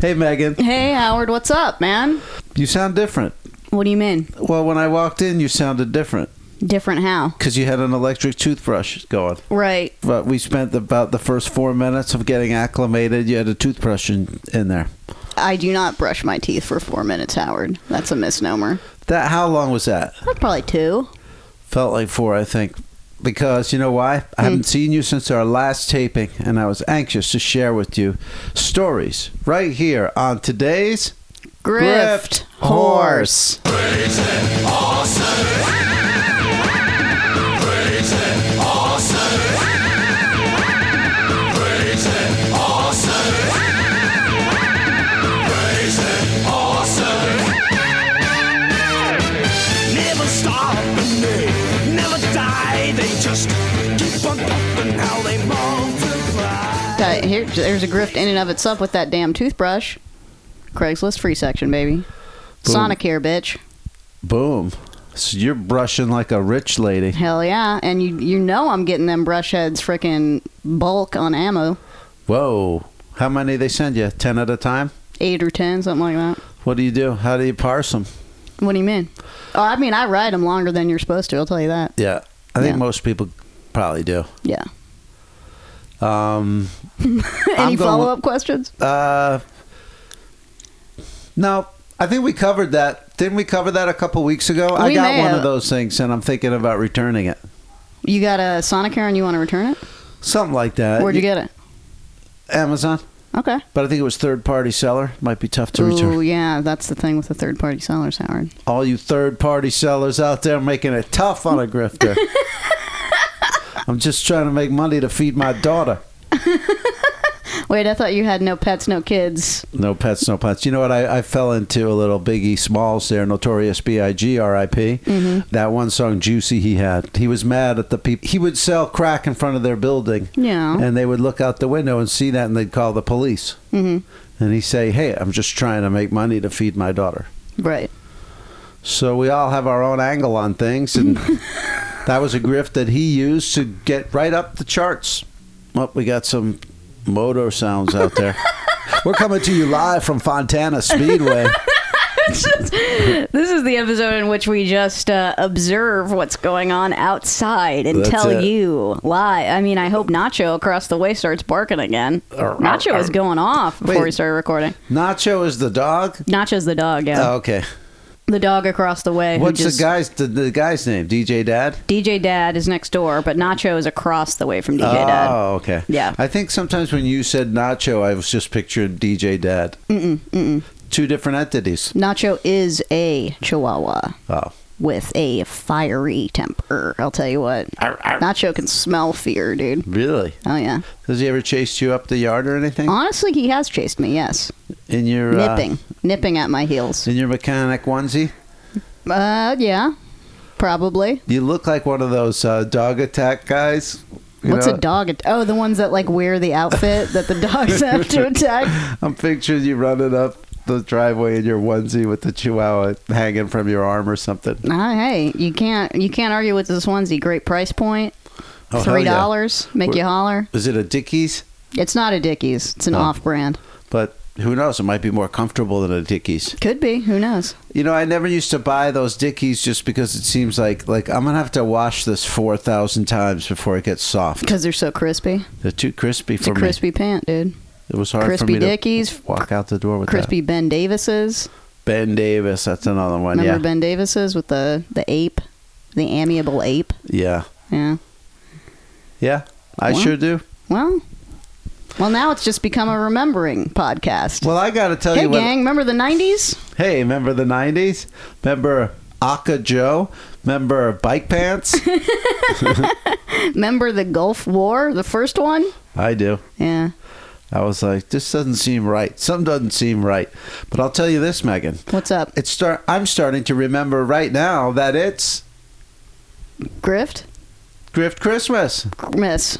Hey, Megan. Hey, Howard, what's up, man? You sound different. What do you mean? Well, when I walked in, you sounded different Different how? because you had an electric toothbrush going. Right. But we spent about the first four minutes of getting acclimated. You had a toothbrush in, in there. I do not brush my teeth for four minutes, Howard. That's a misnomer. That how long was that? That's probably two. Felt like four, I think. Because you know why? I haven't seen you since our last taping, and I was anxious to share with you stories right here on today's Grift. Horse. Never stop and they never die. They just keep on pumping how they multiply. That- here- there's a grift in and of itself with that damn toothbrush. Craigslist free section, baby. Sonic here, bitch. Boom. So you're brushing like a rich lady. Hell yeah. And you you know I'm getting them brush heads freaking bulk on ammo. Whoa. How many they send you? Ten at a time? Eight or ten, something like that. What do you do? How do you parse them? What do you mean? Oh, I mean, I ride them longer than you're supposed to, I'll tell you that. Yeah. I think Yeah. most people probably do. Yeah. Um, I'm Any going- follow up questions? uh, no, I think we covered that. Didn't we cover that a couple weeks ago? I We got may one have. of those things and I'm thinking about returning it. You got a Sonic hair and you want to return it? Something like that. Where'd you get it? Amazon. Okay. But I think it was third party seller. Might be tough to Ooh, return. yeah, that's the thing with the third party sellers, Howard. All you third party sellers out there making it tough on a grifter. I'm just trying to make money to feed my daughter. Wait, I thought you had no pets, no kids. No pets, no plants. You know what? I, I fell into a little Biggie Smalls there, Notorious B.I.G. R.I.P. That one song, Juicy, he had. He was mad at the people. He would sell crack in front of their building. Yeah. And they would look out the window and see that and they'd call the police. Mm-hmm. And he'd say, Hey, I'm just trying to make money to feed my daughter. Right. So we all have our own angle on things. And that was a grift that he used to get right up the charts. Well, we got some motor sounds out there. We're coming to you live from Fontana Speedway. This is the episode in which we just uh, observe what's going on outside and That's tell it. you why. I mean, I hope Nacho across the way starts barking again. Nacho was going off before Wait. we started recording. Nacho is the dog. Nacho's the dog, yeah. Oh, okay. the dog across the way. who What's just- the guy's the, the guy's name? DJ Dad. DJ Dad is next door, but Nacho is across the way from DJ Dad. Oh, okay. Yeah. I think sometimes when you said Nacho, I was just picturing DJ Dad. Mm-mm, mm-mm. Two different entities. Nacho is a Chihuahua Oh, with a fiery temper. I'll tell you what. Nacho can smell fear, dude. really? Oh yeah. Has he ever chased you up the yard or anything? Honestly, he has chased me. Yes, In your uh, Uh, nipping, nipping at my heels. in your mechanic onesie. Uh, yeah, probably. You look like one of those uh, dog attack guys. you What's know? a dog? At- oh, the ones that like wear the outfit that the dogs have to attack. I'm picturing you running up the driveway in your onesie with the chihuahua hanging from your arm or something. Ah, hey, you can't you can't argue with this onesie. Great price point. Oh, hell Three yeah. dollars, make you We're- holler. Is it a Dickies? It's not a Dickies. It's an Oh. off-brand. But who knows? It might be more comfortable than a Dickies. Could be. Who knows? You know, I never used to buy those Dickies just because it seems like like I'm gonna have to wash this four thousand times before it gets soft. Because they're so crispy. They're too crispy It's for a crispy pant, dude. me. It was hard for crispy me Dickies, to walk out the door with Crispy Ben Davises. that. Ben Davis, that's another one. Remember yeah, Ben Davises with the the ape, the amiable ape. yeah, Yeah. yeah. I Wow. sure do. Well. Well, now it's just become a remembering podcast. Well, I got to tell hey, you what. gang! Remember the '90s? Hey, remember the '90s? Remember Aka Joe? Remember Bike Pants? Remember the Gulf War, the first one? I do. Yeah. I was like, this doesn't seem right. Some doesn't seem right. But I'll tell you this, Megan. What's up, It's start. I'm starting to remember right now that it's Grift? Grift Christmas. Miss.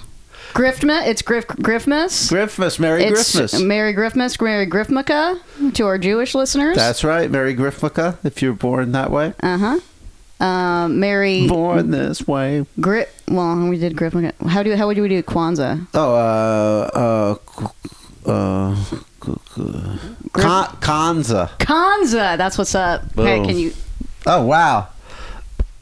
Griftmas. It's Grift Griftmas. Griftmas, Merry it's Griftmas. Merry Griftmas, Merry Griftmaka to our Jewish listeners. That's right, Merry Griftmaka. If you're born that way, Uh huh. Uh, Mary born this way. Grit. Well, we did Grip. How do how would we do Kwanzaa? Oh, uh, uh, uh, Con- Kanza. Kanza, that's what's up. Hey, Boom. can you? Oh wow!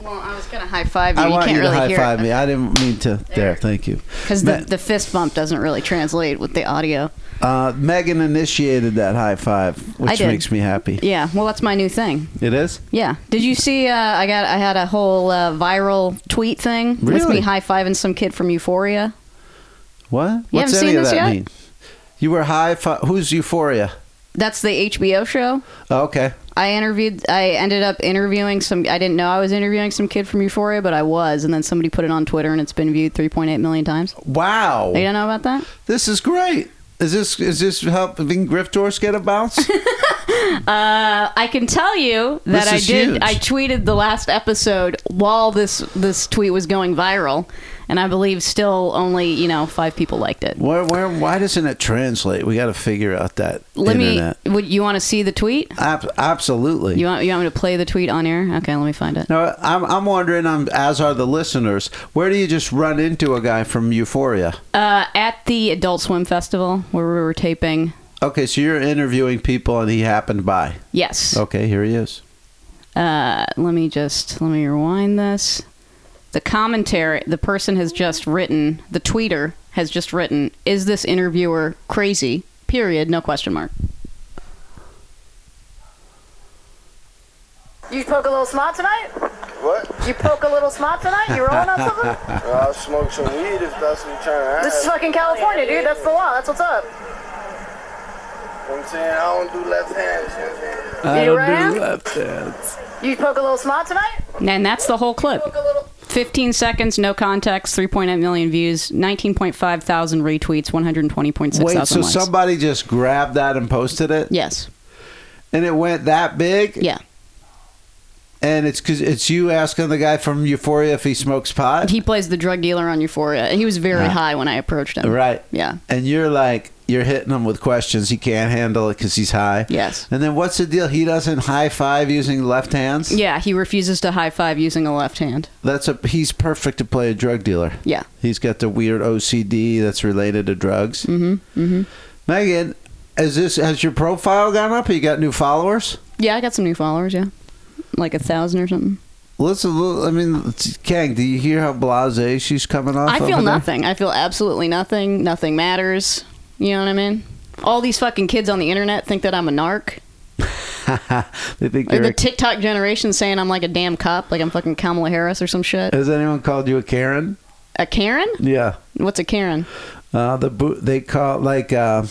Well, I was gonna high five you. I you want can't you to really high hear five it. me. I didn't mean to. There, thank you. Because the, Me- the fist bump doesn't really translate with the audio. uh, Megan initiated that high five, which did. makes me happy. Yeah, well, that's my new thing. It is. Yeah. Did you see? Uh, I got. I had a whole uh, viral tweet thing with Really? me high fiving some kid from Euphoria. What? You What's haven't any seen of this that yet? mean? You were high five. Who's Euphoria? That's the HBO show. Oh, okay. I interviewed. I ended up interviewing some. I didn't know I was interviewing some kid from Euphoria, but I was. And then somebody put it on Twitter, and it's been viewed 3.8 million times. Wow. You don't know about that? This is great. Is this is this helping Griff Dorse get a bounce? I can tell you that This I is did. huge. I tweeted the last episode while this this tweet was going viral, and I believe still only you know five people liked it. where where why doesn't it translate? We got to figure out that Let internet. me. Would you want to see the tweet? Ab- absolutely. You want you want me to play the tweet on air? Okay, let me find it. no, I'm, I'm wondering, um, as are the listeners, where do you just run into a guy from Euphoria? Uh, at the Adult Swim Festival where we were taping. Okay, so you're interviewing people and he happened by. Yes. Okay, here he is. Oh. Uh, let me just let me rewind this. The commentary the person has just written, the tweeter has just written, is this interviewer crazy? Period, no question mark. You poke a little smart tonight? What? You poke a little smart tonight? You rolling on something? Well, I'll smoke some weed if that's what you're trying to This is ask. fucking California, dude. That's the law. That's what's up. You know what I'm saying? I don't do left hands. You know what I'm saying? I don't do left You poke a little smart tonight? And that's the whole clip. Poke a little. 15 seconds, no context, 3.8 million views, 19.5 thousand retweets, 120.6 thousand Wait, so likes. somebody just grabbed that and posted it? yes. And it went that big? Yeah. And it's cause it's you asking the guy from Euphoria if he smokes pot? He plays the drug dealer on Euphoria. He was very Ah. high when I approached him. Right. Yeah. And you're like, you're hitting him with questions. He can't handle it because he's high. Yes. And then what's the deal? He doesn't high five using left hands? Yeah, he refuses to high five using a left hand. That's a he's perfect to play a drug dealer. Yeah. He's got the weird OCD that's related to drugs. Mm. Mm-hmm. Mm-hmm. Megan, is this has your profile gone up? You got new followers? Yeah, I got some new followers, yeah. Like a thousand or something. Listen, I mean, Kang, do you hear how blasé she's coming off? I over feel there? nothing. I feel absolutely nothing. Nothing matters. You know what I mean? All these fucking kids on the internet think that I'm a narc. They think Or you're the a- TikTok generation saying I'm like a damn cop, like I'm fucking Kamala Harris or some shit. has anyone called you a Karen? A Karen? Yeah. What's a Karen? Uh, the bo- they call like uh,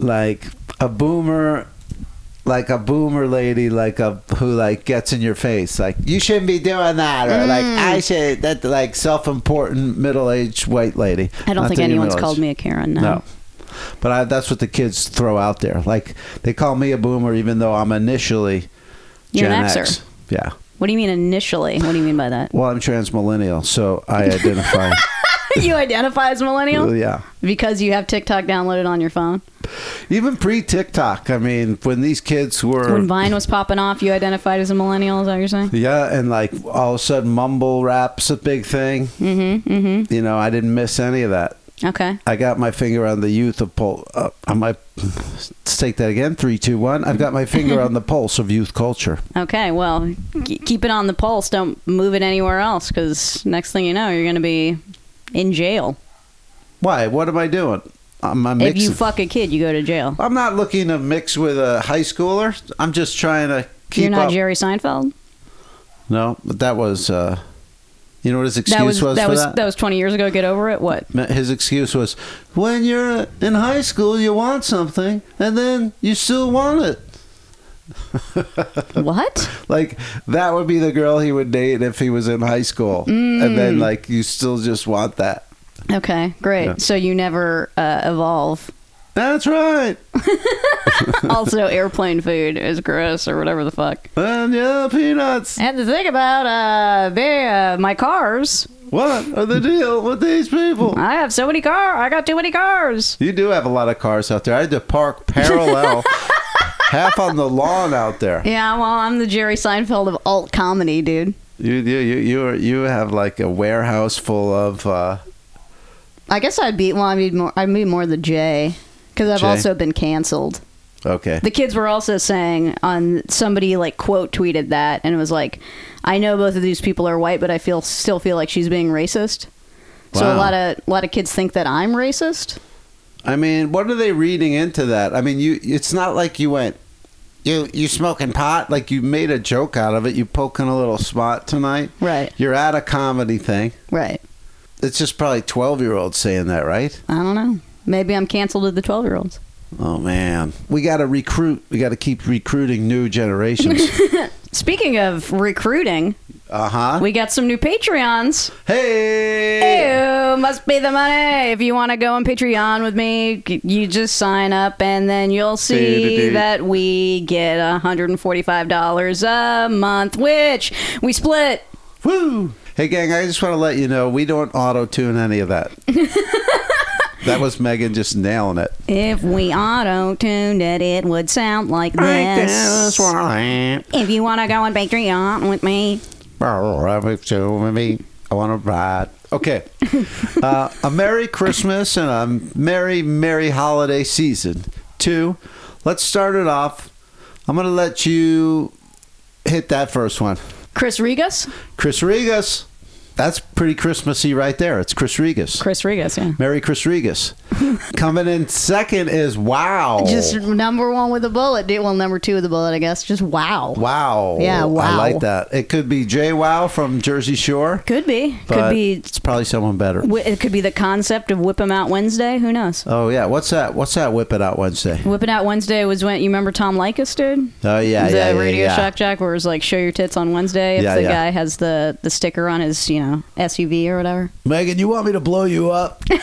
like a boomer, like a boomer lady, like a who like gets in your face, like you shouldn't be doing that, or like Mm. I should that like self-important middle-aged white lady. I don't Not think that you're anyone's called middle-aged. me a Karen. No. No. But I, that's what the kids throw out there. Like they call me a boomer, even though I'm initially You're Gen an Xer. X. Yeah. What do you mean initially? What do you mean by that? Well, I'm transmillennial, so I identify. you identify as millennial yeah. because you have TikTok downloaded on your phone. Even pre TikTok, I mean, when these kids were. When Vine was popping off, you identified as a millennial. Is that what you're saying? yeah, and like all of a sudden, mumble rap's a big thing. Mm-hmm, Hmm. mm-hmm. You know, I didn't miss any of that. Okay. I got my finger on the youth of pulse. Uh, I might let's take that again. Three, two, one. I've got my finger on the pulse of youth culture. Okay, well, k- keep it on the pulse. Don't move it anywhere else because next thing you know, you're going to be in jail. Why? What am I doing? I'm, I'm If you mixing- fuck a kid, you go to jail. I'm not looking to mix with a high schooler. I'm just trying to keep you're not up. Jerry Seinfeld. No, but that was. Uh, you know what his excuse that was, that for was that? that was 20 years ago. Get over it. What? His excuse was, when you're in high school, you want something, and then you still want it. Uh, what? Like that would be the girl he would date if he was in high school, and Mm. then like you still just want that. Okay, great. Yeah. So you never uh, evolve. That's right. also, airplane food is gross or whatever the fuck. And yeah, peanuts. And the thing about uh, be- uh, my cars, What are the deal with these people? I have so many cars. I got too many cars. You do have a lot of cars out there. I had to park parallel, half on the lawn out there. Yeah, well, I'm the Jerry Seinfeld of alt comedy, dude. You you you you, are, you have like a warehouse full of. Uh, I guess I'd be well. I'd be more. I'd be more the J because I've J. also been canceled. Okay. The kids were also saying on somebody like quote tweeted that and it was like, I know both of these people are white, but I feel still feel like she's being racist. So a Wow. lot of a lot of kids think that I'm racist. I mean, what are they reading into that? I mean, you it's not like you went you you smoking pot like you made a joke out of it. You poking a little spot tonight. Right. You're at a comedy thing. Right. It's just probably 12-year-olds saying that, right? I don't know. Maybe I'm canceled with the twelve year olds. Oh man. We got to recruit. We got to keep recruiting new generations. Speaking of recruiting, uh-huh. we got some new Patreons. hey. Ew, must be the money. If you want to go on Patreon with me, c- you just sign up and then you'll see Do-do-do. that we get $145 a month, which we split. Woo. Hey gang, I just want to let you know we don't auto-tune any of that. that was Megan just nailing it. If we auto tuned it, it would sound like this. If you want to go on Patreon with me, I want to ride. Okay. Uh, a Merry Christmas and a Merry, Merry Holiday Season. Two, let's start it off. I'm going to let you hit that first one. Chris Regas? Chris Regas. That's pretty Christmassy right there. It's Chris Regas. Chris Regas, yeah. Merry Chris Regas. Coming in second is Wow. Just number one with a bullet. dude. Well, number two with a bullet, I guess. Just wow. wow. Yeah, I wow. like that. It could be Jay Wow from Jersey Shore. Could be. but Could be It's probably someone better. Wh- It could be the concept of Whip 'em Out Wednesday. Who knows? Oh yeah, what's that? What's that? Whip it out Wednesday. Whip 'em Out Wednesday was when you remember Tom Likas, dude. Oh yeah, the yeah, yeah, Radio yeah. Shock Jock, where it was like, "Show your tits on Wednesday." If Yeah, the yeah. guy has the the sticker on his, you know, SUV or whatever. Megan, you want me to blow you up? Did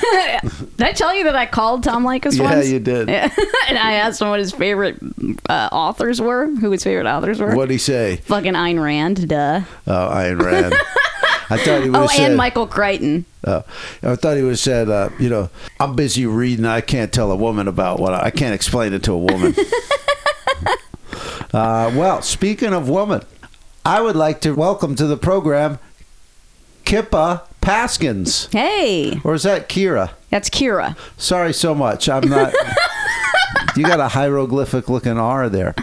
I tell you that I called Tom Likas yeah, once? you did. and I asked him what his favorite uh, authors were, who his favorite authors were. What'd he say? Fucking Ayn Rand, duh. Oh, Ayn Rand. I thought he would Oh, have said. and Michael Crichton. uh, I thought he would have said. Uh, you know, I'm busy reading. I can't tell a woman about what I, I can't explain it to a woman. uh, well, speaking of woman, I would like to welcome to the program Kippa Paskins, Hey, or is that Kira? that's Kira. Sorry so much. I'm not. you got a hieroglyphic looking R there.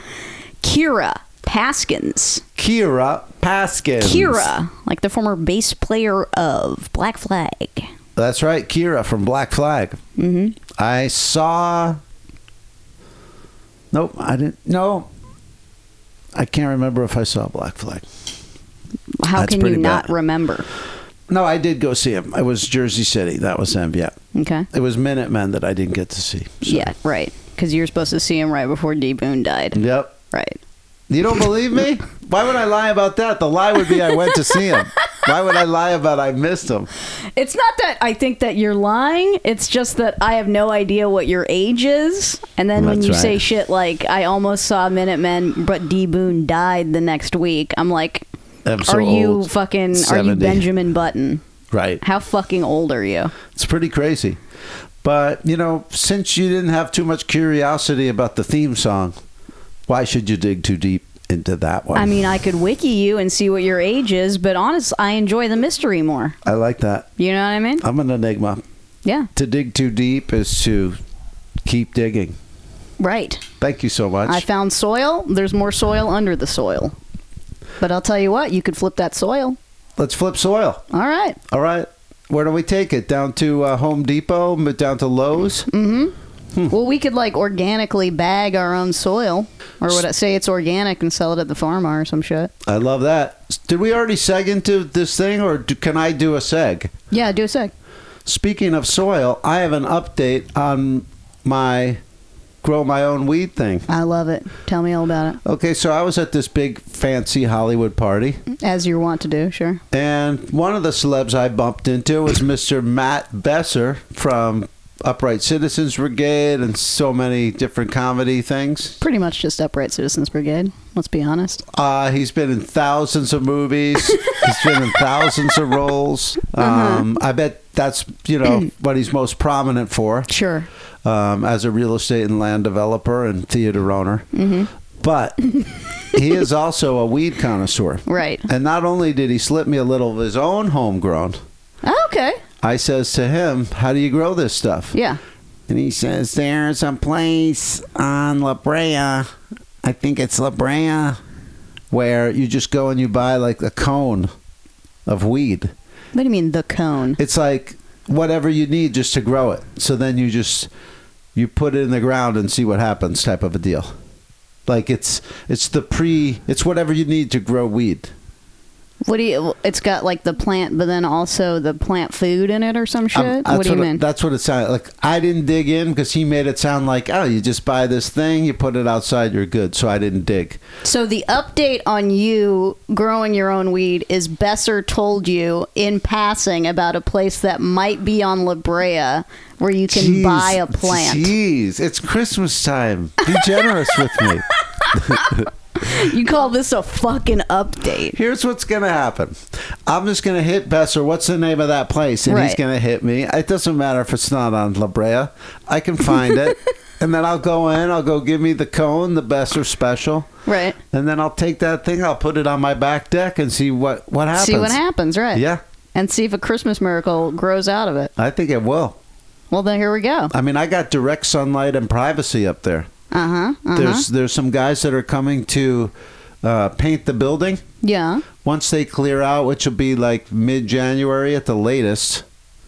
Kira Paskins. Kira Paskins. Kira, like the former bass player of Black Flag. That's right. Kira from Black Flag. Mm-hmm. I saw. Nope. I didn't. No. I can't remember if I saw Black Flag. How That's can you pretty not bad. remember? No, I did go see him. It was Jersey City. That was him. Yeah. Okay. It was Minutemen that I didn't get to see. So- Yeah, right. Because you were supposed to see him right before D Boone died. Yep. Right. You don't believe me? Why would I lie about that? The lie would be I went to see him. Why would I lie about I missed him? It's not that I think that you're lying. It's just that I have no idea what your age is. And then when That's you right. say shit like, I almost saw Minutemen, but D Boone died the next week, I'm like, I'm so are you old. fucking, are you 70. Benjamin Button? Right. How fucking old are you? It's pretty crazy. But, you know, since you didn't have too much curiosity about the theme song, why should you dig too deep into that one? I mean, I could wiki you and see what your age is, but honest, I enjoy the mystery more. I like that. You know what I mean? I'm an enigma. Yeah. To dig too deep is to keep digging. Right. Thank you so much. I found soil. There's more soil under the soil. But I'll tell you what, you could flip that soil. Let's flip soil. All right. All right. Where do we take it? Down to uh, Home Depot, m- down to Lowe's? Mm. Well, we could like organically bag our own soil, or would I say it's organic and sell it at the farmer or some shit? I love that. Did we already seg into this thing, or do, can I do a seg? Yeah, do a sec. Speaking of soil, I have an update on my grow my own weed thing. I love it. Tell me all about Okay, so I was at this big fancy Hollywood party, it, as you want to do. Sure. and one of the celebs I bumped into was Mr. Matt Besser from Upright Citizens Brigade and so many different comedy things. Pretty much just upright citizens brigade. Let's be honest. Uh, he's been in thousands of movies. he's been in thousands of roles. Um, I bet that's you know what he's most prominent for. Sure. um, as a real estate and land developer and theater owner. Mm-hmm. But he is also a weed connoisseur. Right. And not only did he slip me a little of his own homegrown, okay. I says to him, "How do you grow this stuff?" Yeah. And he says, There's a place on La Brea, I think it's La Brea, where you just go and you buy like a cone of weed. What do you mean the cone? It's like whatever you need just to grow it. So then you just you put it in the ground and see what happens type of a deal. Like it's it's the pre it's whatever you need to grow weed. What do you? It's got like the plant, but then also the plant food in it or some shit. I'm- Um, what that's do you it- mean? That's what it sounded like. I didn't dig in because he made it sound like, oh, you just buy this thing, you put it outside, you're good. So I didn't dig. So the update on you growing your own weed is Besser told you in passing about a place that might be on La Brea where you can Jeez, buy a plant. Jeez, it's Christmas time. Be generous with me. You call this a fucking update? Here's what's gonna happen. I'm just gonna hit Besser. What's the name of that place? And he's Right. gonna hit me. It doesn't matter if it's not on La Brea. I can find it, and then I'll go in. I'll go give me the cone, the Besser special, Right. and then I'll take that thing. I'll put it on my back deck and see what what happens. See what happens, right? Yeah, And see if a Christmas miracle grows out of it. I think it will. Well, then here we go. I mean, I got direct sunlight and privacy up there. Uh huh. Uh huh. There's there's some guys that are coming to uh, paint the building Yeah. once they clear out, which will be like mid January at the latest.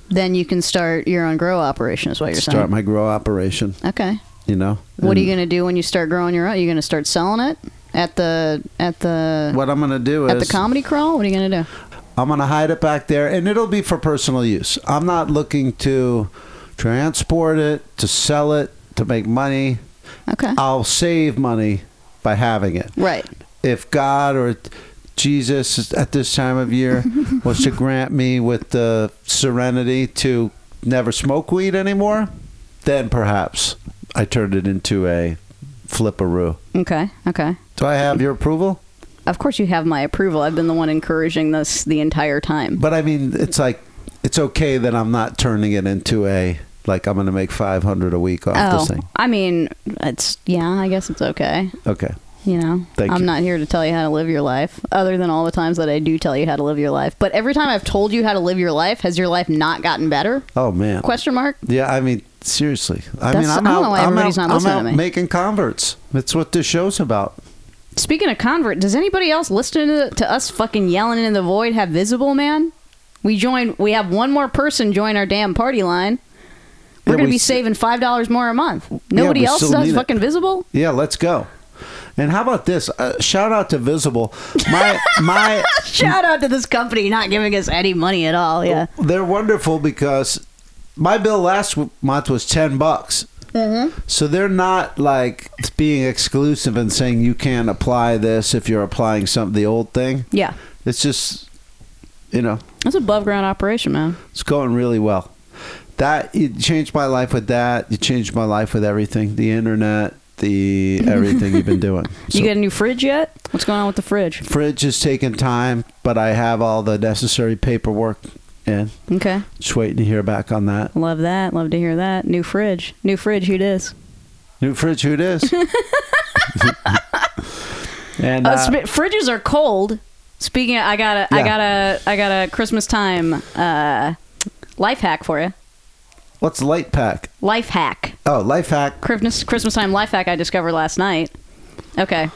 Then you can start your own grow operation, is what you're Start my grow operation. saying. Okay. You know What are you And going to do when you start growing your own? You're going to start selling it at the at the What I'm gonna do at the is comedy crawl? What are you going to do? I'm gonna hide it back there, and it'll be for personal use. I'm not looking to transport it, to sell it, to make money. Okay. I'll save money by having it. right. if God or Jesus at this time of year was to grant me with the serenity to never smoke weed anymore, then perhaps I turned it into a flipperoo. Okay. Okay. Do I have your approval? Of course, you have my approval. I've been the one encouraging this the entire time. But I mean, it's like it's okay that I'm not turning it into a like I'm going to make 500 a week off Oh, this thing. I mean, it's yeah. I guess it's okay. Okay. You know, Thank I'm you. not here to tell you how to live your life, other than all the times that I do tell you how to live your life. But every time I've told you how to live your life, has your life not gotten better? Oh man. Question mark. Yeah, I mean, seriously. I That's- mean, I'm I don't out, know why I'm everybody's out, not listening I'm out to me. making converts. That's what this show's about. Speaking of convert, does anybody else listening to, to us fucking yelling in the void have visible man? We join. We have one more person join our damn party line. We're Yeah, gonna we be s- saving five dollars more a month. Nobody we else still does need it. fucking visible. Yeah, let's go. And how about this? Uh, shout out to Visible. My my Shout out to this company not giving us any money at all. Yeah, they're wonderful because my bill last w- month was 10 bucks. Mm-hmm. So they're not like being exclusive and saying you can't apply this if you're applying some the old thing. yeah. It's just you know, That's above ground operation, man. it's going really well. That you changed my life with that. You changed my life with everything, the internet, the everything you've been doing. So- you got a new fridge yet? What's going on with the fridge? fridge is taking time, but I have all the necessary paperwork in. Okay, Just waiting to hear back on that. love that. Love to hear that. New fridge. New fridge. Who dis? New fridge, who it is? and Uh, uh, sp- fridges are cold. Speaking, of, I got a, I Yeah. got a, I got a Christmas time uh, life hack for you. what's light pack? Life hack, Oh, life hack. Christmas Christmas time life hack I discovered last night. Okay,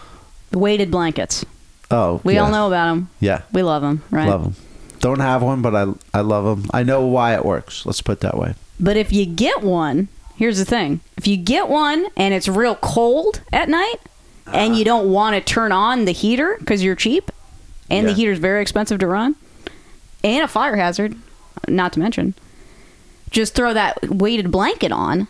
weighted blankets. Oh, We all yeah. know about them. Yeah, We love them, right? love them. Don't have one, but I I love them. I know why it works. Let's put it that way. But if you get one, here's the thing: if you get one and it's real cold at night, and Uh-huh. you don't want to turn on the heater because you're cheap, and the Yeah. heater's very expensive to run, and a fire hazard, not to mention, just throw that weighted blanket on,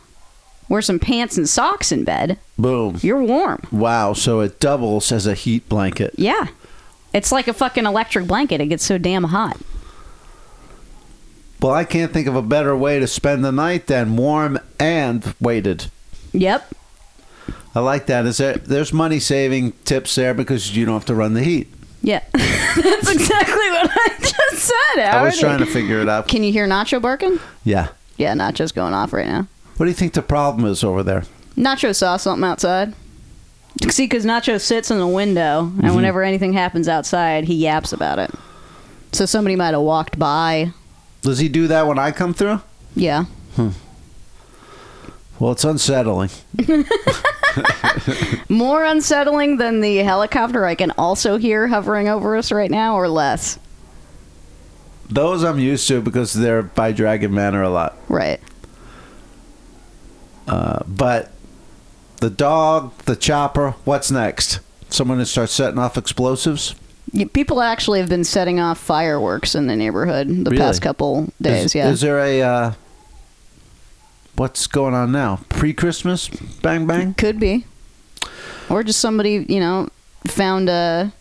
wear some pants and socks in bed. Boom. You're warm. Wow. So it doubles as a heat blanket. Yeah, it's like a fucking electric blanket. It gets so damn hot. Well, I can't think of a better way to spend the night than warm and weighted. Yep. I like that. Is there there's money saving tips there because you don't have to run the heat. Yeah. That's exactly what I just said. I was Howard. trying to figure it out. Can you hear Nacho barking? Yeah. Yeah, Nacho's going off right now. What do you think the problem is over there? Nacho saw something outside. See, because Nacho sits in the window, and whenever anything happens outside, he yaps about it. So somebody might have walked by. Does he do that when I come through? Yeah. Well, it's unsettling. More unsettling than the helicopter I can also hear hovering over us right now, or less? Those I'm used to because they're by Dragon Manor a lot. Right. But the dog, the chopper, what's next? Someone to start setting off explosives? Y- People actually have been setting off fireworks in the neighborhood the Really? past couple days. is, yeah. Is there a uh, what's going on now? Pre Christmas? Bang bang. Could be. Or just somebody, you know, found a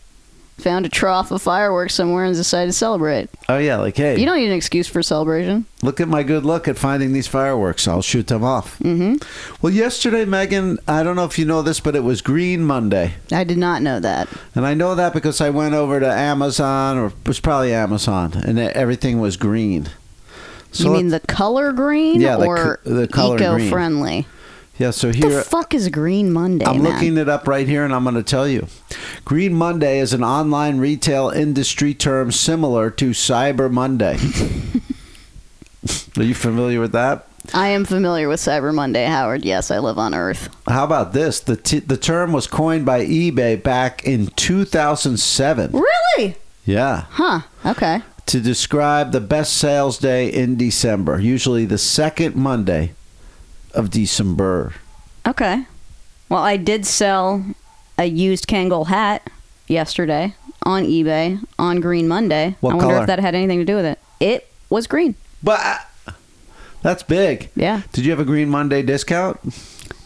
found a trough of fireworks somewhere and decided to celebrate. Oh yeah, like hey, You don't need an excuse for celebration. look at my good luck at finding these fireworks. I'll shoot them off. Mm-hmm. Well, yesterday, Megan, I don't know if you know this, but it was Green Monday. I did not know that. And I know that because I went over to Amazon, or it was probably Amazon, and e-, everything was green. So you mean the color green Yeah, the or co- the color green. eco-friendly? yeah? So What here, the fuck is Green Monday, I'm man? looking it up right here, and I'm going to tell you. Green Monday is an online retail industry term similar to Cyber Monday. Are you familiar with that? I am familiar with Cyber Monday, Howard. Yes, I live on Earth. How about this? The t- the term was coined by eBay back in 2007. Really? Yeah, Huh. Okay. to describe the best sales day in December, usually the second Monday of December. Okay. Well, I did sell a used Kangol hat yesterday on eBay on Green Monday. What I wonder color? if that had anything to do with it. It was green. But I- that's big. Yeah. Did you have a Green Monday discount?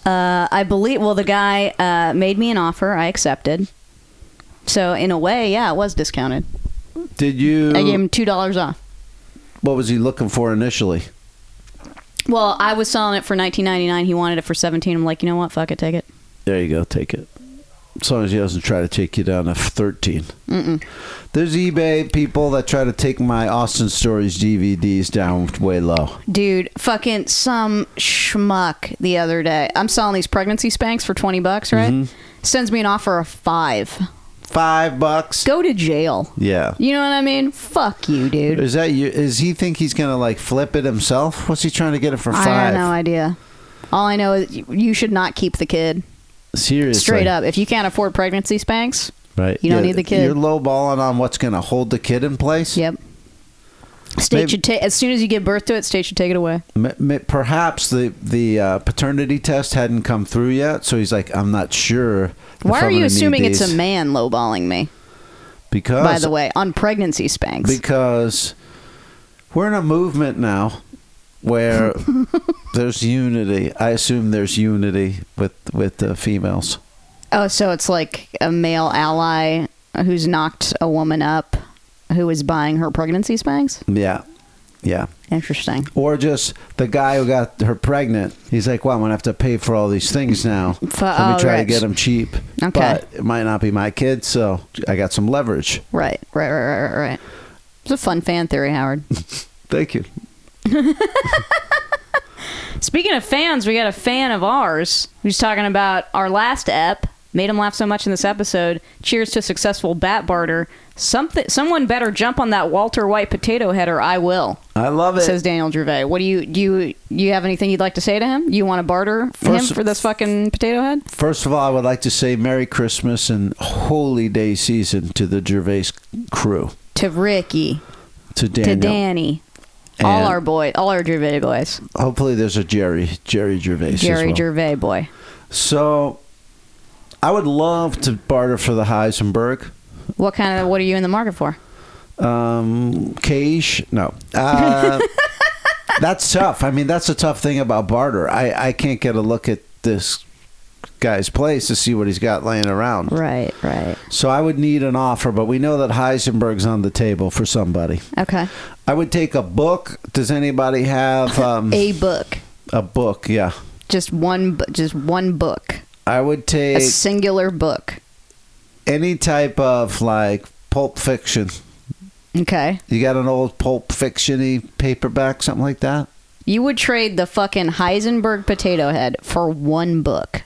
Uh, I believe. Well, the guy uh, made me an offer. I accepted. So in a way, yeah, it was discounted. Did you? I gave him two dollars off. what was he looking for initially? Well, I was selling it for nineteen ninety nine. He wanted it for seventeen. I'm like, you know what? Fuck it, take it. There you go. Take it. As long as he doesn't try to take you down to 13. Mm-mm. There's eBay people that try to take my Austin Stories DVDs down way low. Dude, fucking some schmuck the other day. I'm selling these pregnancy spanks for 20 bucks, right? Mm-hmm. Sends me an offer of five. Five bucks. Go to jail. Yeah. You know what I mean? Fuck you, dude. Is that you? Is he think he's gonna like flip it himself? What's he trying to get it for five? I have no idea. All I know is you- you should not keep the kid. Seriously, Straight up. If you can't afford pregnancy spanks, right? You don't need the kid. You're low balling on what's gonna hold the kid in place. yep. State Maybe- should take as soon as you give birth to it, state should take it away. M- m- perhaps the the uh, paternity test hadn't come through yet, so he's like, I'm not sure. if Why I'm are you gonna need assuming it's a these." Oh, man lowballing me, Because by the way, on pregnancy spanks? because we're in a movement now where there's unity. I assume there's unity with with the females. Oh, so it's like a male ally who's knocked a woman up who is buying her pregnancy spanks? Yeah, yeah. Interesting. or just the guy who got her pregnant. He's like, "Well, I'm gonna have to pay for all these things now. For- Let me try oh, to right. get them cheap, Okay. but it might not be my kid, so I got some leverage." Right, right, right, right, right, right. It's a fun fan theory, Howard. Thank you. Speaking of fans, we got a fan of ours who's talking about our last ep. Made him laugh so much in this episode. Cheers to a successful bat barter. Something, someone better jump on that Walter White potato head, or I will. I love it. Says Daniel Gervais. What do you do? You, you have anything you'd like to say to him? You want to barter First- him for this fucking potato head? First of all, I would like to say Merry Christmas and Holy Day season to the Gervais crew, To Ricky. to to Daniel. Danny. all And- our boy, all our Gervais boys, Hopefully, there's a Jerry, Jerry Gervais. as Jerry well. Gervais boy. So, I would love to barter for the Heisenberg. What kind of what are you in the market for? um cage no uh, that's tough i mean that's a tough thing about barter i i can't get a look at this guy's place to see what he's got laying around Right, right. so i would need an offer but we know that heisenberg's on the table for somebody Okay, i would take a book does anybody have um a book, a book yeah just one, bu- just one book, i would a take singular book. any type of like pulp fiction Okay, you got an old pulp fictiony paperback something like that you would trade the fucking Heisenberg potato head for one book,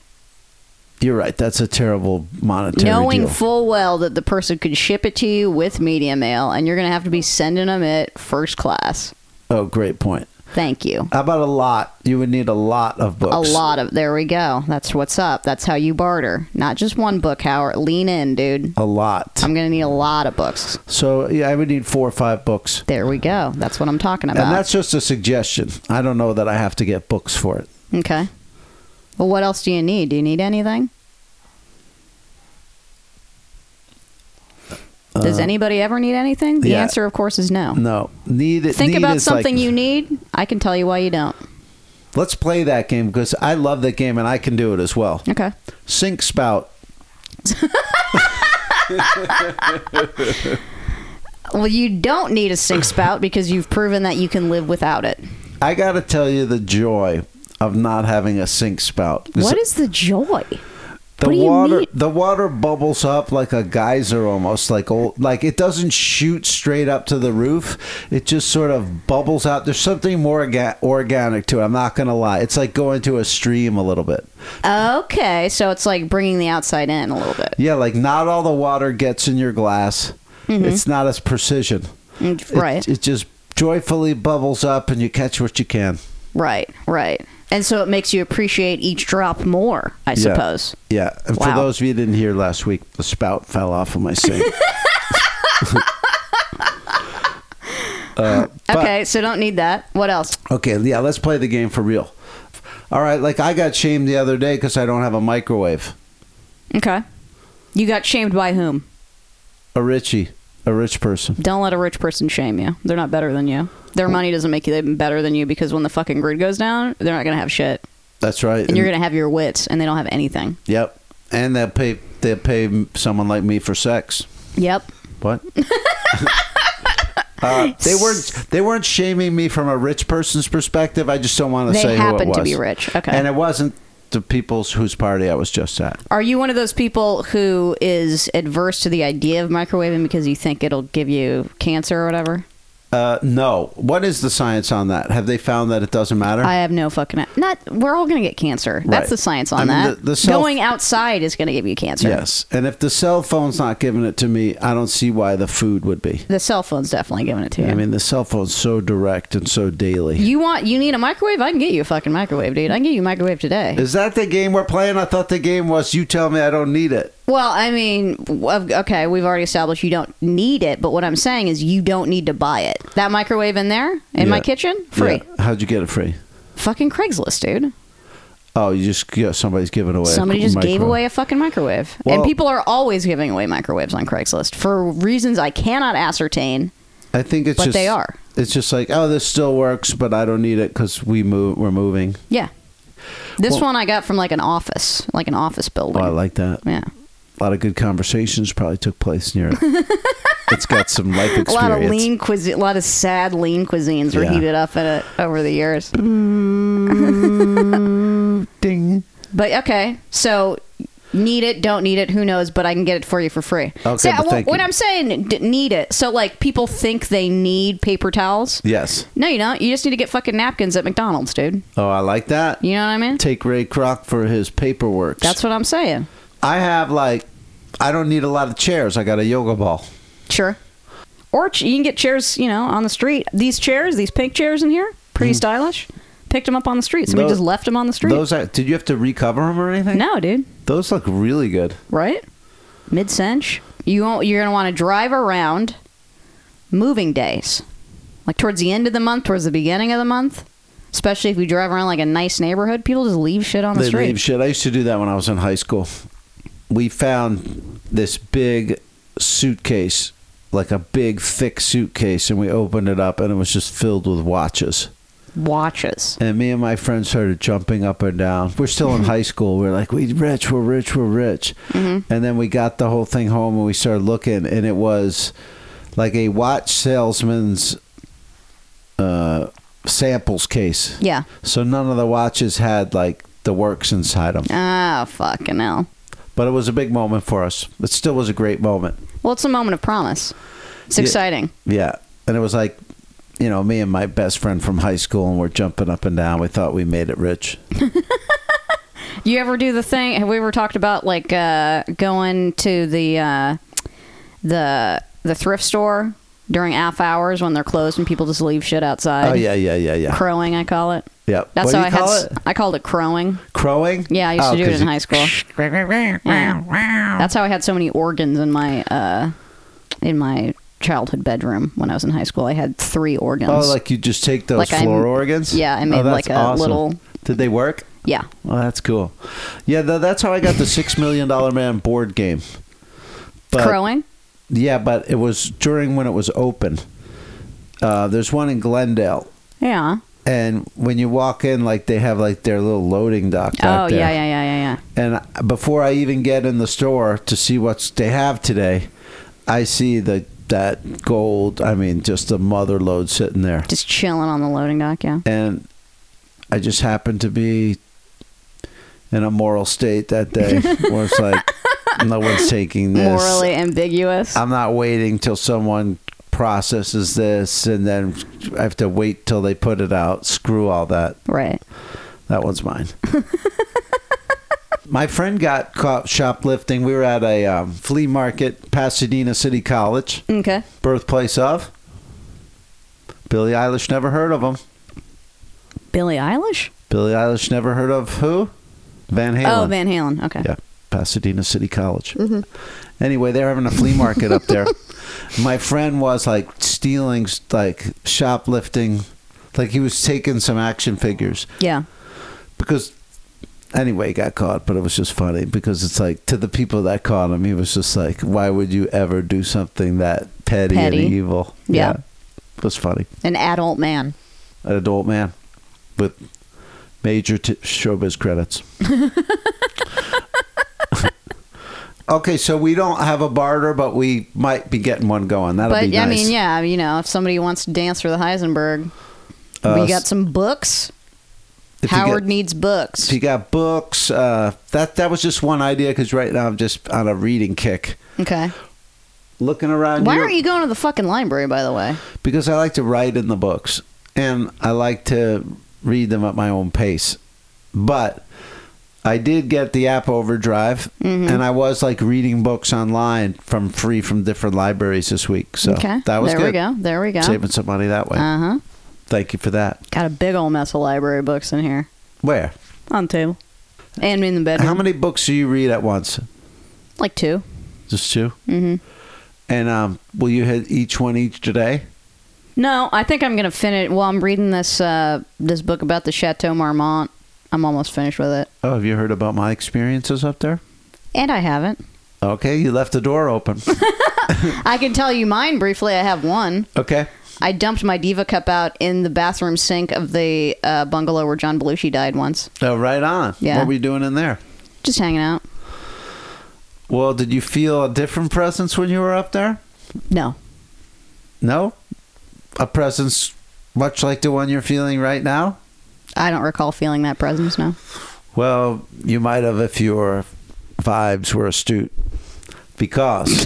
you're right. That's a terrible monetary knowing deal. full well that the person could ship it to you with media mail, and you're gonna have to be sending them it first class. Oh, great point. Thank you. How about a lot? You would need a lot of books. A lot of there we go. That's what's up. That's how you barter. Not just one book, Howard. Lean in, dude. A lot. I'm gonna need a lot of books. So yeah, I would need four or five books, There we go. That's what I'm talking about. and that's just a suggestion. I don't know that I have to get books for it. okay. Well, what else do you need? Do you need anything? Does anybody ever need anything? The Uh, yeah. answer, of course, is no. No, need it. Think need about is like- something you need. I can tell you why you don't. Let's play that game because I love that game and I can do it as well. Okay. Sink spout. Well, you don't need a sink spout because you've proven that you can live without it. I got to tell you the joy of not having a sink spout. What is the joy? the what do you water? mean? The water bubbles up like a geyser, almost like old. Like it doesn't shoot straight up to the roof. It just sort of bubbles out. There's something more orga- organic to it. I'm not gonna lie. It's like going to a stream a little bit. Okay, so it's like bringing the outside in a little bit. Yeah, like not all the water gets in your glass. It's not as precision. Mm-hmm. Mm, It- Right, It, just joyfully bubbles up, and you catch what you can. right, right. And so it makes you appreciate each drop more, I Yeah. suppose. Yeah, and for Wow. those of you who didn't hear last week, the spout fell off of my sink. Uh, but- Okay, so don't need that. What else? Okay, yeah, let's play the game for real. All right, like I got shamed the other day because I don't have a microwave. Okay. You got shamed by whom? A Richie, a rich person. Don't let a rich person shame you. They're not better than you. Their money doesn't make you them better than you because when the fucking grid goes down, they're not going to have shit. That's right. And you're going to have your wits, and they don't have anything. Yep, and they'll pay. They'll pay someone like me for sex. Yep. What? Uh, they weren't. They weren't shaming me from a rich person's perspective. I just don't want to They say who it happen was. to be rich. Okay. and it wasn't the people's whose party I was just at. Are you one of those people who is adverse to the idea of microwaving because you think it'll give you cancer or whatever? Uh, no. What is the science on that? Have they found that it doesn't matter? I have no fucking. Not. We're all gonna get cancer. Right. That's the science I on mean, that. the- the self- Going outside is gonna give you cancer. yes. And if the cell phone's not giving it to me, I don't see why the food would be. The cell phone's definitely giving it to you. I mean, the cell phone's so direct and so daily. you want? You need a microwave? I can get you a fucking microwave, dude. I can get you a microwave today. is that the game we're playing? I thought the game was you tell me I don't need it. well, I mean, w- okay, we've already established you don't need it, but what I'm saying is you don't need to buy it. That microwave in there in my Yeah. kitchen, free. Yeah. How'd you get it free? Fucking Craigslist, dude. Oh, you just yeah, somebody's giving away. a Somebody just gave micro. away a fucking microwave. Well- and people are always giving away microwaves on Craigslist for reasons I cannot ascertain. I think it's but just they are. It's just like oh, this still works, but I don't need it because we move. We're moving. Yeah. This Well- one I got from like an office, like an office Oh, building. I like that. yeah. A lot of good conversations probably took place near it. it's got some life experience. A lot of lean cuisine, a lot of sad lean cuisines were Yeah. heated up in it over the years. Ding. But okay, so need it, don't need it, who knows? But I can get it for you for free. Okay, so, but wh- thank what you. I'm saying, d- need it. So like people think they need paper towels. Yes. No, you don't. You just need to get fucking napkins at McDonald's, dude. Oh, I like that. You know what I mean? Take Ray Kroc for his paperwork. That's what I'm saying. I have. Like, I don't need a lot of chairs. I got a yoga ball. Sure. Or ch- you can get chairs, you know, on the street. These chairs, these pink chairs in here, pretty stylish. Picked them up on the street. Somebody Those- just left them on the street. Mm. Those. I, did you have to recover them or anything? no, dude. Those look really good. Right? Mid cinch. You won't, you're gonna want to drive around moving days, like towards the end of the month, towards the beginning of the month. Especially if you drive around like a nice neighborhood, people just leave shit on the they street. leave shit. I used to do that when I was in high school. We found this big suitcase, like a big thick suitcase, and we opened it up, and it was just filled with watches. Watches. And me and my friend started jumping up and down. We're still in high school. We're like, we rich, we're rich, we're rich. Mm-hmm. And then we got the whole thing home, and we started looking, and it was like a watch salesman's uh, samples case. Yeah. So none of the watches had like the works inside them. Ah, fucking hell. But it was a big moment for us. It still was a great moment. Well, it's a moment of promise. It's Yeah. exciting. Yeah. And it was like, you know, me and my best friend from high school, and we're jumping up and down. We thought we made it rich. You ever do the thing? Have we ever talked about like uh, going to the uh, the the thrift store during half hours when they're closed and people just leave shit outside. Oh yeah, yeah, yeah, yeah. crowing I call it. yeah. That's what do how you I had. call s- it? I called it crowing. Crowing. Yeah, I used Oh, to do it 'cause in you- high school. Yeah. That's how I had so many organs in my uh, in my childhood bedroom when I was in high school. I had three organs. Oh, like you just take those Like I- floor organs? yeah, I Oh, made that's like a awesome. little- Did they work? yeah. Well, that's cool. Yeah, th- that's how I got the Six Million Dollar Man board game. But, crowing. Yeah, but it was during when it was open. Uh, there's one in Glendale, Yeah. and when you walk in, like they have like their little loading dock. Oh out there. yeah, yeah, yeah, yeah, yeah. And before I even get in the store to see what they have today, I see the that gold. I mean, just the mother load sitting there. Just chilling on the loading dock. Yeah. and I just happened to be in a moral state that day where it's like no one's taking this. Morally ambiguous. I'm not waiting till someone processes this and then I have to wait till they put it out. Screw all that. right. That one's mine. My friend got caught shoplifting. We were at a um, flea market, Pasadena City College, Okay. birthplace of Billie Eilish. Never heard of him. Billie Eilish. Billie Eilish never heard of who? Van Halen. Oh, Van Mm-hmm. Halen. Okay. Yeah, Pasadena City College. Anyway, they're having a flea market up there. My friend was like stealing, like shoplifting, like he was taking some action figures Yeah. because. Anyway, he got caught, but it was just funny because it's like to the people that caught him, he was just like, "Why would you ever do something that petty, Petty. and evil?" Yeah. it was funny. An adult man. An adult man with major t- showbiz credits. okay, so we don't have a barter, but we might be getting one going. That'll But be I nice. mean, yeah, you know, if somebody wants to dance for the Heisenberg, Uh, we got some books. If you get- Howard needs books. If you got books, uh, that that was just one idea because right now I'm just on a reading kick. okay. Looking around. Why Europe- aren't you going to the fucking library, by the way? Because I like to write in the books and I like to read them at my own pace. But I did get the app Overdrive Mm-hmm. and I was like reading books online from free from different libraries this week. So okay. that was there good. we go. There we go. Saving some money that way. Uh huh. Thank you for that. Got a big old mess of library books in here Where? on the table and in the bedroom. How many books do you read at once? Like two. Just 2 Mm-hmm. And um, will you hit each one each today? No, I think I'm gonna finish. Well, I'm reading this uh, this book about the Chateau Marmont. I'm almost finished with it, Oh, have you heard about my experiences up there? and I haven't. Okay, you left the door open. I can tell you mine briefly. I have one. okay. I dumped my diva cup out in the bathroom sink of the uh, bungalow where John Belushi died once. Oh, right on. Yeah. What were you doing in there? Just hanging out. Well, did you feel a different presence when you were up there? No, No? A presence much like the one you're feeling right now? I don't recall feeling that presence. No. Well, you might have if your vibes were astute. Because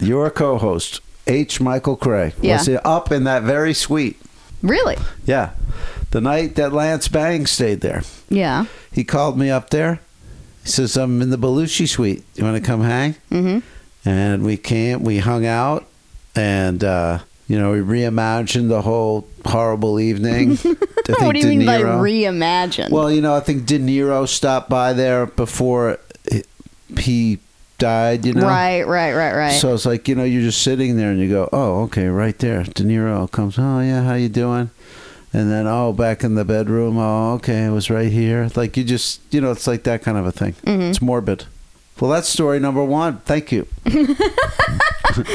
your co host, H. Michael Cray, Yeah. was up in that very suite. Really? Yeah. The night that Lance Bang stayed there. Yeah. He called me up there. He says, I'm in the Belushi suite. You want to come hang? Mm-hmm. and we came we hung out and uh you know we reimagined the whole horrible evening I think Oh, What do you De mean by Niro- reimagine? well you know i think de niro stopped by there before he- he died you know right, right, right, right. so it's like you know you're just sitting there and you go oh okay right there de niro comes oh yeah how you doing and then oh back in the bedroom oh okay it was right here like you just you know it's like that kind of a thing Mm-hmm. it's morbid well that's story number one thank you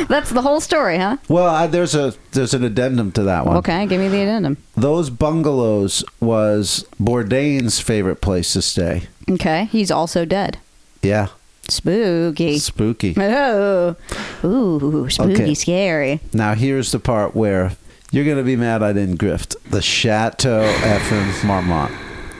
That's the whole story, huh? Well, I, there's a there's an addendum to that one. Okay, give me the addendum. Those bungalows was Bourdain's favorite place to stay. Okay, he's also dead. Yeah, Spooky. spooky. Oh, ooh, spooky, Okay. scary. Now here's the part where you're gonna be mad I didn't grift the Chateau FM Marmont.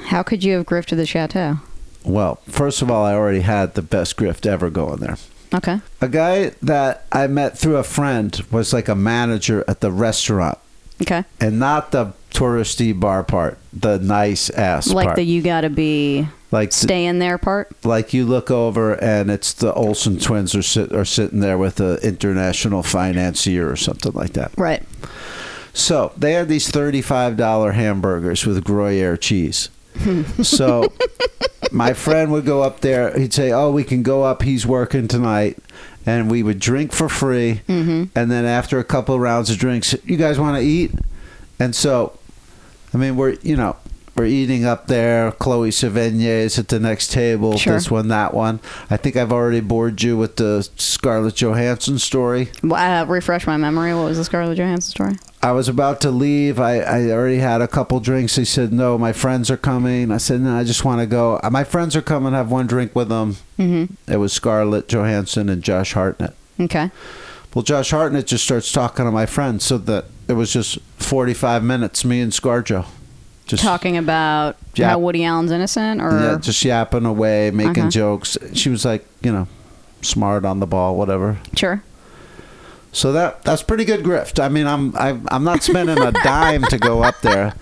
How could you have grifted the chateau? Well, first of all, I already had the best grift ever going there. Okay. A guy that I met through a friend was like a manager at the restaurant, Okay. and not the touristy bar part, the nice ass Like part. the you gotta be Like Stay in there part. like you look over and it's the Olsen twins are sit, are sitting there with an international financier or something like that. Right. So they had these thirty-five dollar hamburgers with Gruyere cheese. so my friend would go up there. He'd say, "Oh, we can go up. He's working tonight." And we would drink for free. And then after a couple rounds of drinks, you guys want to eat? And so, I mean, we're you know we're eating up there. Chloe Sevigny is at the next table. Sure. This one, that one. I think I've already bored you with the Scarlett Johansson story. Well, uh, refresh my memory. What was the Scarlett Johansson story? I was about to leave. I, I already had a couple drinks. He said, No, my friends are coming. I said, No, I just want to go. Uh, My friends are coming. Have one drink with them. Mm-hmm. It was Scarlett Johansson and Josh Hartnett. Okay. Well, Josh Hartnett just starts talking to my friends, so that it was just 45 minutes, me and Scarjo. Just Talking about Yeah. how Woody Allen's innocent, or Yeah, just yapping away, making Uh-huh. jokes. She was like, you know, smart on the ball, whatever. sure. So that that's pretty good grift. I mean, I'm I'm, I'm not spending a dime to go up there,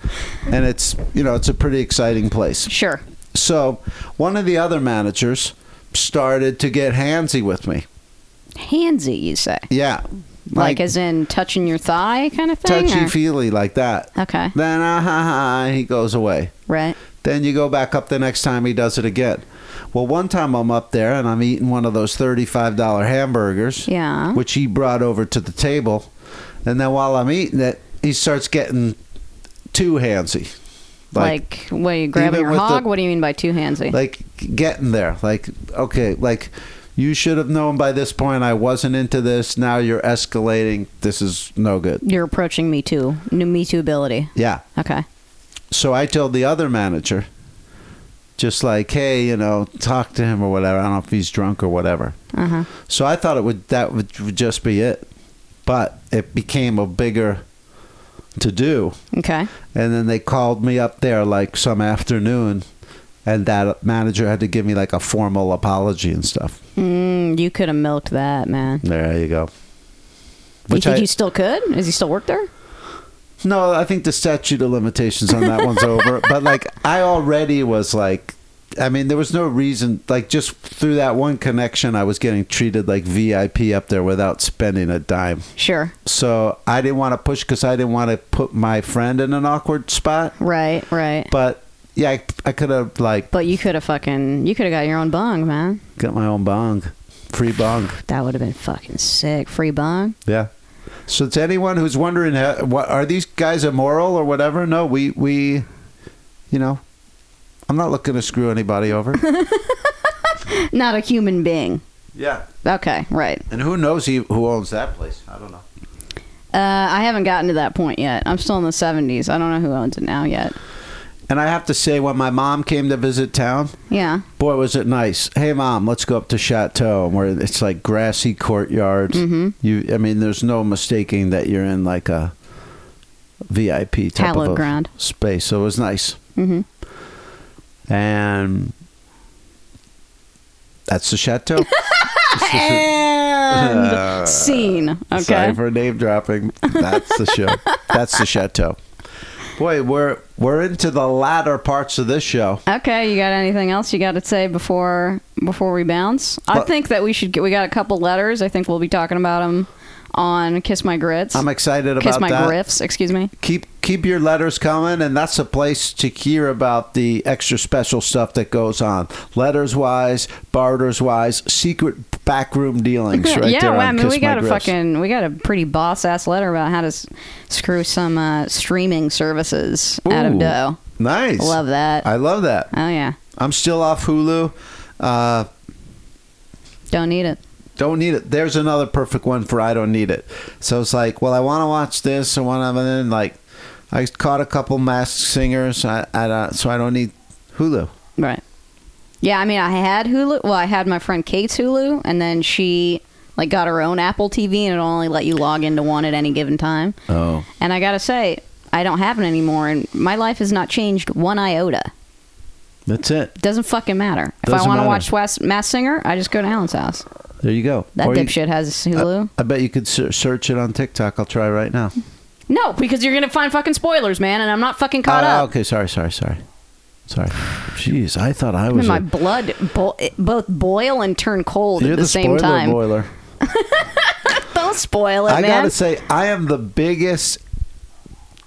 and it's you know it's a pretty exciting place. Sure. So one of the other managers started to get handsy with me. Handsy, you say? Yeah, Like, as in touching your thigh kind of thing? touchy or- feely like that. Okay. Then ah ha ha, he goes away. Right. Then you go back up the next time he does it again. Well, one time I'm up there and I'm eating one of those $35 hamburgers, Yeah. which he brought over to the table. And then while I'm eating it, he starts getting too handsy. Like, what are you grabbing even your with hog? the- what do you mean by two handsy? like getting there. Like, okay, like you should have known by this point I wasn't into this. Now you're escalating. This is no good. You're approaching me too. New me too ability. Yeah. Okay. So I told the other manager, just like, hey, you know, talk to him or whatever. I don't know if he's drunk or whatever. Uh huh. So I thought it would that would, would just be it, but it became a bigger to do. Okay. And then they called me up there like some afternoon, and that manager had to give me like a formal apology and stuff. Mm, you could have milked that, man. There you go. Which you think I- you still could? Is he still work there? No, I think the statute of limitations on that one's over. But like, I already was like, I mean, there was no reason. Like, just through that one connection, I was getting treated like VIP up there without spending a dime. Sure. So I didn't want to push because I didn't want to put my friend in an awkward spot. Right. Right. But, But yeah, I, I could have like you could have fucking. You could have got your own bong, man. got my own bong, free bong. That would have been fucking sick. Free bong. Yeah. So to anyone who's wondering, uh, what are these guys immoral or whatever? No, we we, you know, I'm not looking to screw anybody over. Not a human being. yeah. Okay. Right. And who knows he, who owns that place? I don't know. Uh, I haven't gotten to that point yet. I'm still in the 70s. I don't know who owns it now yet. And I have to say, when my mom came to visit town, Yeah. boy, was it nice. Hey, mom, let's go up to Chateau, where it's like grassy courtyard. Mm-hmm. You, I mean, there's no mistaking that you're in like a VIP type Hallowed of ground. space. So it was nice. Mhm. Mm-hmm. And that's the Chateau. Uh, And scene. Okay. Sorry for name dropping. That's the show. that's the Chateau. Boy, we're we're into the latter parts of this show. Okay, you got anything else you got to say before before we bounce? I Well- think that we should get. We got a couple letters. I think we'll be talking about them on Kiss My Grits. I'm excited about Kiss My that. Grifts. Excuse me. keep keep your letters coming and that's a place to hear about the extra special stuff that goes on letters wise barters wise secret backroom dealings right yeah, there well, on I mean, Kiss we My got a Grips. fucking we got a pretty boss ass letter about how to s- screw some uh, streaming services out of Ooh, dough. nice Love that. i love that oh yeah, i'm still off hulu uh don't need it. don't need it. There's another perfect one for I don't need it. So it's like, well, I want to watch this or one of them. And like, I caught a couple masked singers. I, I don't, so I don't need Hulu. Right. Yeah, I mean, I had Hulu. Well, I had my friend Kate's Hulu, and then she like got her own Apple TV, and it only let you log into one at any given time. Oh, And I gotta say, I don't have it anymore, and my life has not changed one iota. that's it. Doesn't fucking matter. if I Doesn't want to matter. watch West Mass Singer, I just go to Alan's house. There you go. That Or you- Uh, dipshit has Hulu. I bet you could ser- search it on TikTok. I'll try right now. no, because you're gonna find fucking spoilers, man, and I'm not fucking caught Oh, up. Okay, sorry, sorry, sorry. Sorry. Jeez, I thought I was. And my a- blood bo- both boil and turn cold you're at the, same spoiler time. boiler. Don't spoil it, I man. gotta say, I am the biggest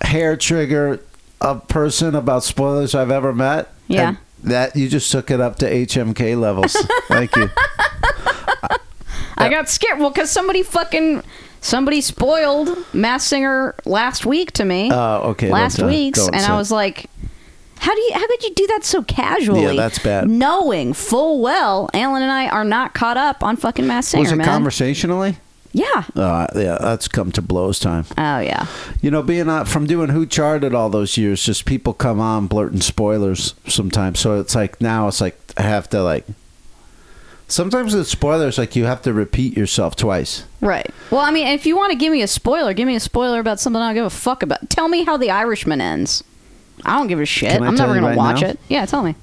hair trigger of person about spoilers I've ever met. Yeah. And that you just took it up to HMK levels. Thank you. I got scared. Well, because somebody fucking somebody spoiled Mass Singer last week to me. Oh, okay, Last don't, uh, week's, don't and say. I was like, "How do you? How could you do that so casually? that's bad. Knowing full well, Alan and I are not caught up on fucking Mass Singer, was it man. conversationally? yeah. Uh, yeah, that's come to blows time. Oh yeah. You know, being uh, from doing Who Charted all those years, just people come on blurting spoilers sometimes. So it's like now it's like I have to like. Sometimes with spoilers, like you have to repeat yourself twice. Right. Well, I mean, if you want to give me a spoiler, give me a spoiler about something I don't give a fuck about. Tell me how The Irishman ends. I don't give a shit. Can I I'm tell never you gonna right watch now? it. Yeah, tell me.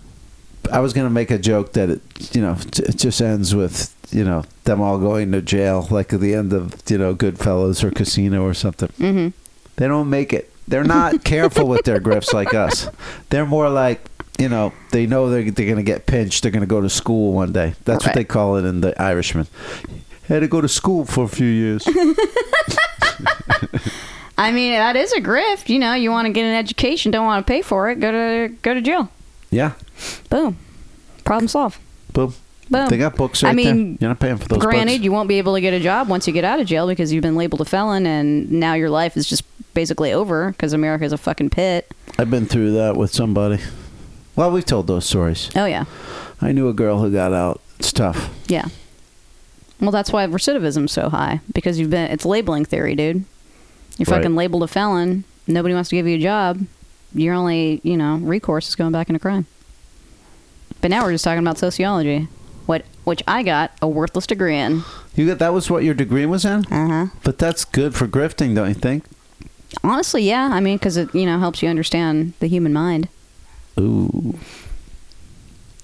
I was gonna make a joke that it, you know, t- it just ends with you know them all going to jail, like at the end of you know Goodfellas or Casino or something. Mm-hmm. They don't make it. They're not careful with their grips like us. They're more like you know they know they're they're gonna get pinched. They're gonna go to school one day. That's what Right. they call it in The Irishman. Had to go to school for a few years. I mean, that is a grift. You know, you want to get an education, don't want to pay for it, go to go to jail. yeah, Boom. Problem solved. boom. Boom. They got books I right there. mean, You're not paying for those. Granted, books. you won't be able to get a job once you get out of jail because you've been labeled a felon, and now your life is just basically over because America's a fucking pit. I've been through that with somebody. Well, we've told those stories. Oh yeah, I knew a girl who got out. It's tough. yeah. Well, that's why recidivism's so high because you've been. It's labeling theory, dude. You're Right. fucking labeled a felon. Nobody wants to give you a job. Your only, you know, recourse is going back into crime. But now we're just talking about sociology, what which I got a worthless degree in. You got that was what your degree was in, Uh huh. but that's good for grifting, don't you think? Honestly, yeah. I mean, because it you know helps you understand the human mind. Ooh,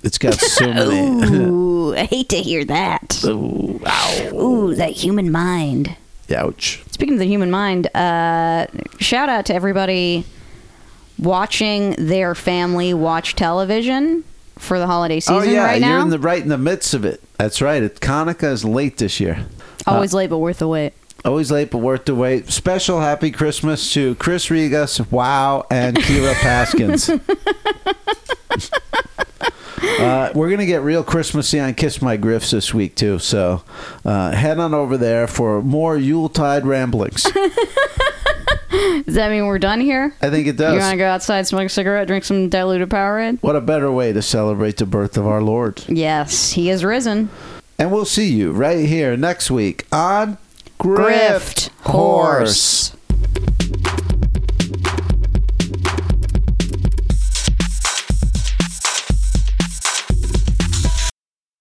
it's got so many. Ooh, I hate to hear that. Ooh, ow, Ooh, that human mind. ouch. Speaking of the human mind, uh, shout out to everybody watching their family watch television for the holiday season oh yeah, right you're now. in the right in the midst of it. That's right. It Hanukkah is late this year. Always uh, late, but worth the wait. Always late, but worth the wait. Special happy Christmas to Chris Regas, Wow, and Kira Paskins. Uh, we're gonna get real Christmassy on Kiss My Griffs this week too, so uh, head on over there for more Yuletide ramblings. Does that mean we're done here? I think it You want does. to go outside, smoke a cigarette, drink some diluted Powerade? What a better way to celebrate the birth of our Lord! Yes, he is risen. And we'll see you right here next week on Grift Horse.